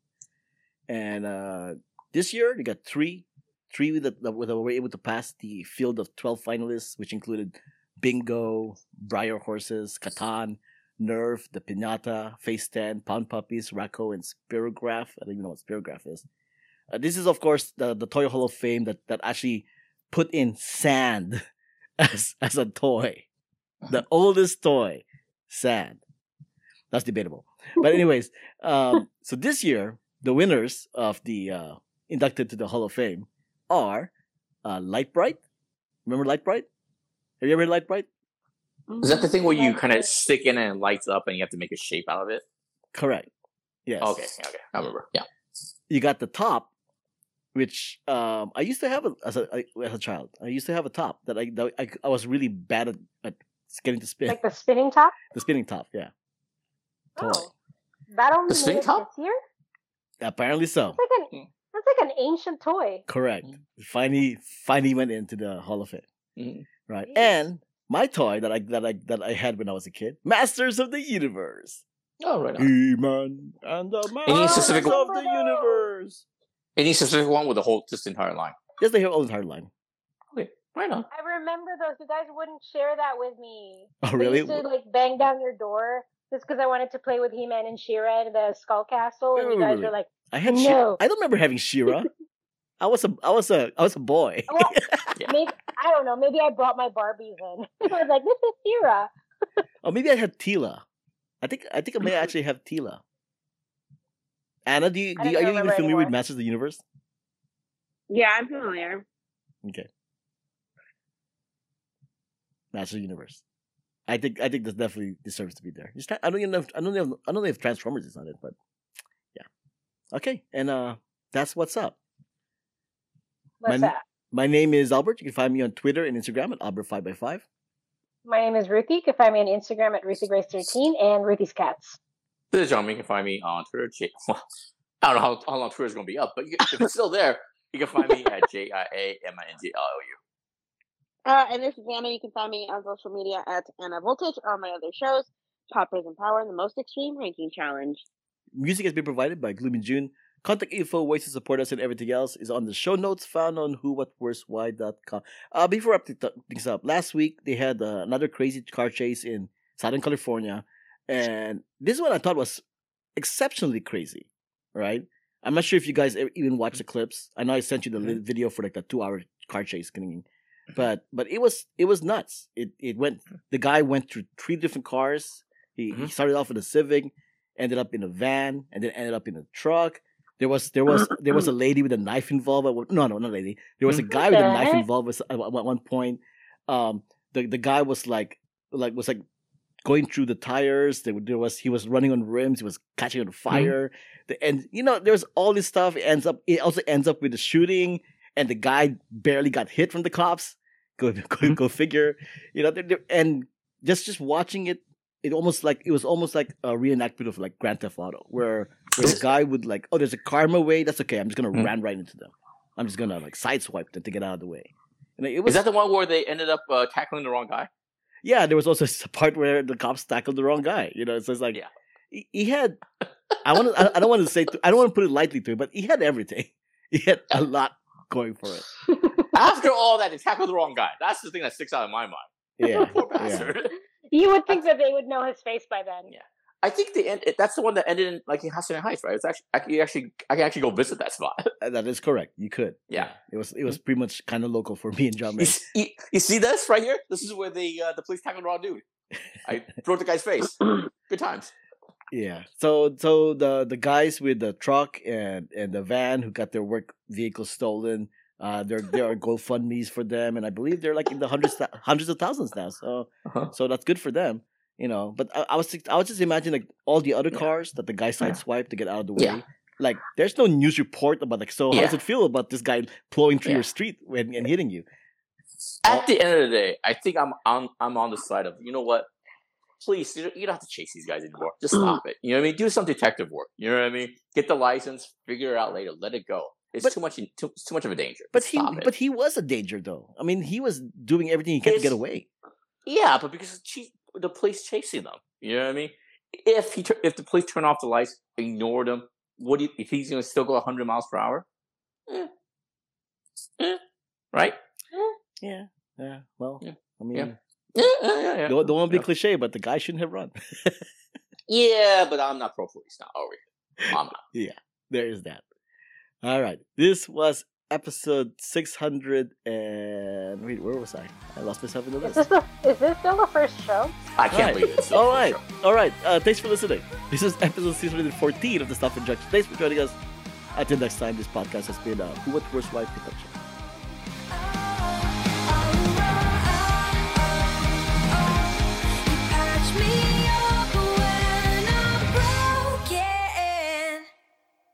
[SPEAKER 1] and uh, this year they got three, three that, that were that were able to pass the field of twelve finalists, which included Bingo, Briar Horses, Catan, Nerve, the Pinata, Face Stand, Pound Puppies, Racco, and Spirograph. I don't even know what Spirograph is. Uh, this is, of course, the, the Toy Hall of Fame that, that actually put in sand <laughs> as, as a toy. The oldest toy, sand. That's debatable. But, anyways, um, so this year, the winners of the uh, inducted to the Hall of Fame are uh, Light Bright. Remember Light Bright? Have you ever heard Light Bright?
[SPEAKER 2] Mm-hmm.
[SPEAKER 3] Is that the thing where you
[SPEAKER 4] That's
[SPEAKER 3] kind of
[SPEAKER 4] good.
[SPEAKER 3] stick in and it lights up and you have to make a shape out of it?
[SPEAKER 1] Correct. Yes.
[SPEAKER 3] Okay. yeah, Okay. I remember. Yeah.
[SPEAKER 1] you got the top, which um, I used to have a, as a I- as a child. I used to have a top that I that I, I was really bad at, at getting to spin
[SPEAKER 4] Like the spinning top?
[SPEAKER 1] the spinning top. Yeah, Toy.
[SPEAKER 4] Oh. That only
[SPEAKER 3] The spinning
[SPEAKER 4] made it
[SPEAKER 3] top?
[SPEAKER 4] this year?
[SPEAKER 1] apparently so.
[SPEAKER 4] That's like an that's like an ancient toy.
[SPEAKER 1] Correct. Finally, finally went into the Hall of Fame.
[SPEAKER 3] Mhm.
[SPEAKER 1] Right,
[SPEAKER 4] Jeez.
[SPEAKER 1] and my toy that I that I that I had when I was a kid, Masters of the Universe,
[SPEAKER 3] Oh, right. On.
[SPEAKER 1] He-Man and the
[SPEAKER 3] Any
[SPEAKER 1] Masters
[SPEAKER 3] specific-
[SPEAKER 1] of the Universe.
[SPEAKER 3] Any specific one with the whole just entire line?
[SPEAKER 1] Yes, they have all the entire line.
[SPEAKER 3] Right on.
[SPEAKER 4] I remember those. You guys wouldn't share that with me.
[SPEAKER 1] Oh,
[SPEAKER 4] I
[SPEAKER 1] really?
[SPEAKER 4] used to like bang down your door just because I wanted to play with He Man and She Ra in the Skull Castle, and
[SPEAKER 1] Wait,
[SPEAKER 4] you
[SPEAKER 1] wait,
[SPEAKER 4] guys
[SPEAKER 1] wait,
[SPEAKER 4] were like,
[SPEAKER 1] I had.
[SPEAKER 4] No.
[SPEAKER 1] She- I don't remember having Shira. I was a. I was a. I was a boy.
[SPEAKER 4] well, maybe I don't know. Maybe I brought my Barbies in. <laughs> I was like, this is She Ra.
[SPEAKER 1] Oh, maybe I had Tila. I think I think I may actually have Tila. Anna, do you,
[SPEAKER 4] Mm-hmm. I
[SPEAKER 1] do you
[SPEAKER 4] don't
[SPEAKER 1] are you even
[SPEAKER 4] remember
[SPEAKER 1] familiar with
[SPEAKER 4] anymore.
[SPEAKER 1] Masters of the Universe?
[SPEAKER 2] Yeah, I'm familiar.
[SPEAKER 1] Master Universe. I think I think this definitely deserves to be there. Just I don't even know if, I don't know I don't know if Transformers is on it, but yeah. Okay, and uh, that's what's up.
[SPEAKER 4] What's
[SPEAKER 1] My-
[SPEAKER 4] that?
[SPEAKER 1] My name is Albert. You can find me on Twitter and Instagram at Albert Five by Five.
[SPEAKER 4] My name is Ruthie. You can find me on Instagram at RuthieGrace13 and Ruthie's Cats.
[SPEAKER 3] This is John. You can find me on Twitter. J- <laughs> well, I don't know how, how long Twitter's going to be up, but you, if it's still there, you can find me at <laughs> J I A M I N G L O U.
[SPEAKER 2] Uh, and this is Anna. You can find me on social media at Anna Voltage on my other shows, Poppers and Power, and the Most Extreme Ranking Challenge.
[SPEAKER 1] Music has been provided by Gloomy June. Contact info, ways to support us, and everything else is on the show notes found on whowhatwhereswhy.com. Uh, before I wrap things up, last week they had uh, another crazy car chase in Southern California, and this one I thought was exceptionally crazy, right? I'm not sure if you guys e- even watched the clips. I know I sent you the li- video for like the two hour car chase thing, but but it was it was nuts. It it went. The guy went through three different cars. He, he
[SPEAKER 3] Mhm.
[SPEAKER 1] started off with a Civic, ended up in a van, and then ended up in a truck. There was there was there was a lady with a knife involved. At, one- no, no, not lady. There was a guy with a
[SPEAKER 4] the
[SPEAKER 1] knife
[SPEAKER 4] heck?
[SPEAKER 1] involved at, at one point. Um, the the guy was like like was like going through the tires. There, there was he was running on rims. He was catching on fire. The, and you know, there's all this stuff. It ends up. It also ends up with the shooting, and the guy barely got hit from the cops. Go <laughs> go,
[SPEAKER 3] Mm-hmm.
[SPEAKER 1] go figure. You know, there there and just just watching it, it almost like it was almost like a reenactment of like Grand Theft Auto, where where the guy would like, oh, there's a karma way. That's okay. I'm just gonna
[SPEAKER 3] Mhm.
[SPEAKER 1] ram right into them. I'm just gonna like sideswipe them to get out of the way. And it
[SPEAKER 3] Is
[SPEAKER 1] was
[SPEAKER 3] that the one where they ended up uh, tackling the wrong guy?
[SPEAKER 1] yeah, there was also <laughs> a part where the cops tackled the wrong guy. You know, so it's like
[SPEAKER 3] Yeah.
[SPEAKER 1] he, he had. I want. I, I don't want to say. I don't want to put it lightly to it, but he had everything. <laughs> He had a lot going for it.
[SPEAKER 3] After all that, they tackled the wrong guy. That's the thing that sticks out in my mind. <laughs>
[SPEAKER 1] Yeah,
[SPEAKER 3] Poor bastard.
[SPEAKER 4] You would think that they would know his face by then.
[SPEAKER 3] Yeah. I think the end. That's the one that ended in like in Hatsune Heights, right? It's actually I can actually I can actually go visit that spot. <laughs>
[SPEAKER 1] Uh, that is correct. You could.
[SPEAKER 3] Yeah.
[SPEAKER 1] it was. It
[SPEAKER 3] Mm.
[SPEAKER 1] was pretty much kind of local for
[SPEAKER 3] <laughs>
[SPEAKER 1] me and John.
[SPEAKER 3] You,
[SPEAKER 1] Mayer.
[SPEAKER 3] s- you, you see this right here? This is where the uh, the police tackled the wrong dude. I broke the guy's
[SPEAKER 1] <clears throat>
[SPEAKER 3] face. Good times.
[SPEAKER 1] Yeah. So so the the guys with the truck and and the van who got their work vehicles stolen. Uh, there there are GoFundmes for them, and I believe they're like in the hundreds thou- hundreds of thousands now. So
[SPEAKER 3] Uh-huh.
[SPEAKER 1] so that's good for them, you know. But I, I was just- I was just imagining like all the other
[SPEAKER 3] Yeah.
[SPEAKER 1] cars that the guy sideswiped to get out of the way.
[SPEAKER 3] Yeah.
[SPEAKER 1] Like there's no news report about like so how does
[SPEAKER 3] Yeah.
[SPEAKER 1] it feel about this guy plowing through
[SPEAKER 3] Yeah.
[SPEAKER 1] your street when, and hitting you?
[SPEAKER 3] At the end of the day, I think I'm on I'm on the side of you know what? Please, you don't, you don't have to chase these guys anymore. Just stop it. You know what I mean? Do some detective work. You know what I mean? Get the license, figure it out later. Let it go. It's
[SPEAKER 1] But-
[SPEAKER 3] too much. in- Too, it's too much of a danger.
[SPEAKER 1] But he
[SPEAKER 3] stop it.
[SPEAKER 1] but he was a danger though. I mean he was doing everything he can to
[SPEAKER 3] It's-
[SPEAKER 1] get away.
[SPEAKER 3] Yeah, but because she, the police chasing them. You know what I mean? If he, tur- if the police turn off the lights, ignore them. What do you, if he's going to still go 100 miles per hour? Eh. Eh. Right?
[SPEAKER 1] Yeah. Yeah. Well,
[SPEAKER 3] Yeah.
[SPEAKER 1] I mean.
[SPEAKER 3] Yeah. Yeah, yeah, yeah. Yeah,
[SPEAKER 1] Don't, don't want to be
[SPEAKER 3] Yeah.
[SPEAKER 1] cliche, but the guy shouldn't have run. <laughs>
[SPEAKER 3] Yeah, but I'm not pro police now. Are we? I'm not.
[SPEAKER 1] there is that. All right. This was episode 600 and... Wait, where was I? I lost myself in the
[SPEAKER 4] Is
[SPEAKER 3] <laughs>
[SPEAKER 1] list.
[SPEAKER 4] this the is this still the first show?
[SPEAKER 3] I can't
[SPEAKER 1] Alright.
[SPEAKER 3] believe this.
[SPEAKER 1] All right. All right. Uh, thanks for listening. This is episode 614 of the Stuff and Junk. Thanks for joining us. Until next time, this podcast has been a Who What uh, Worst Wife production.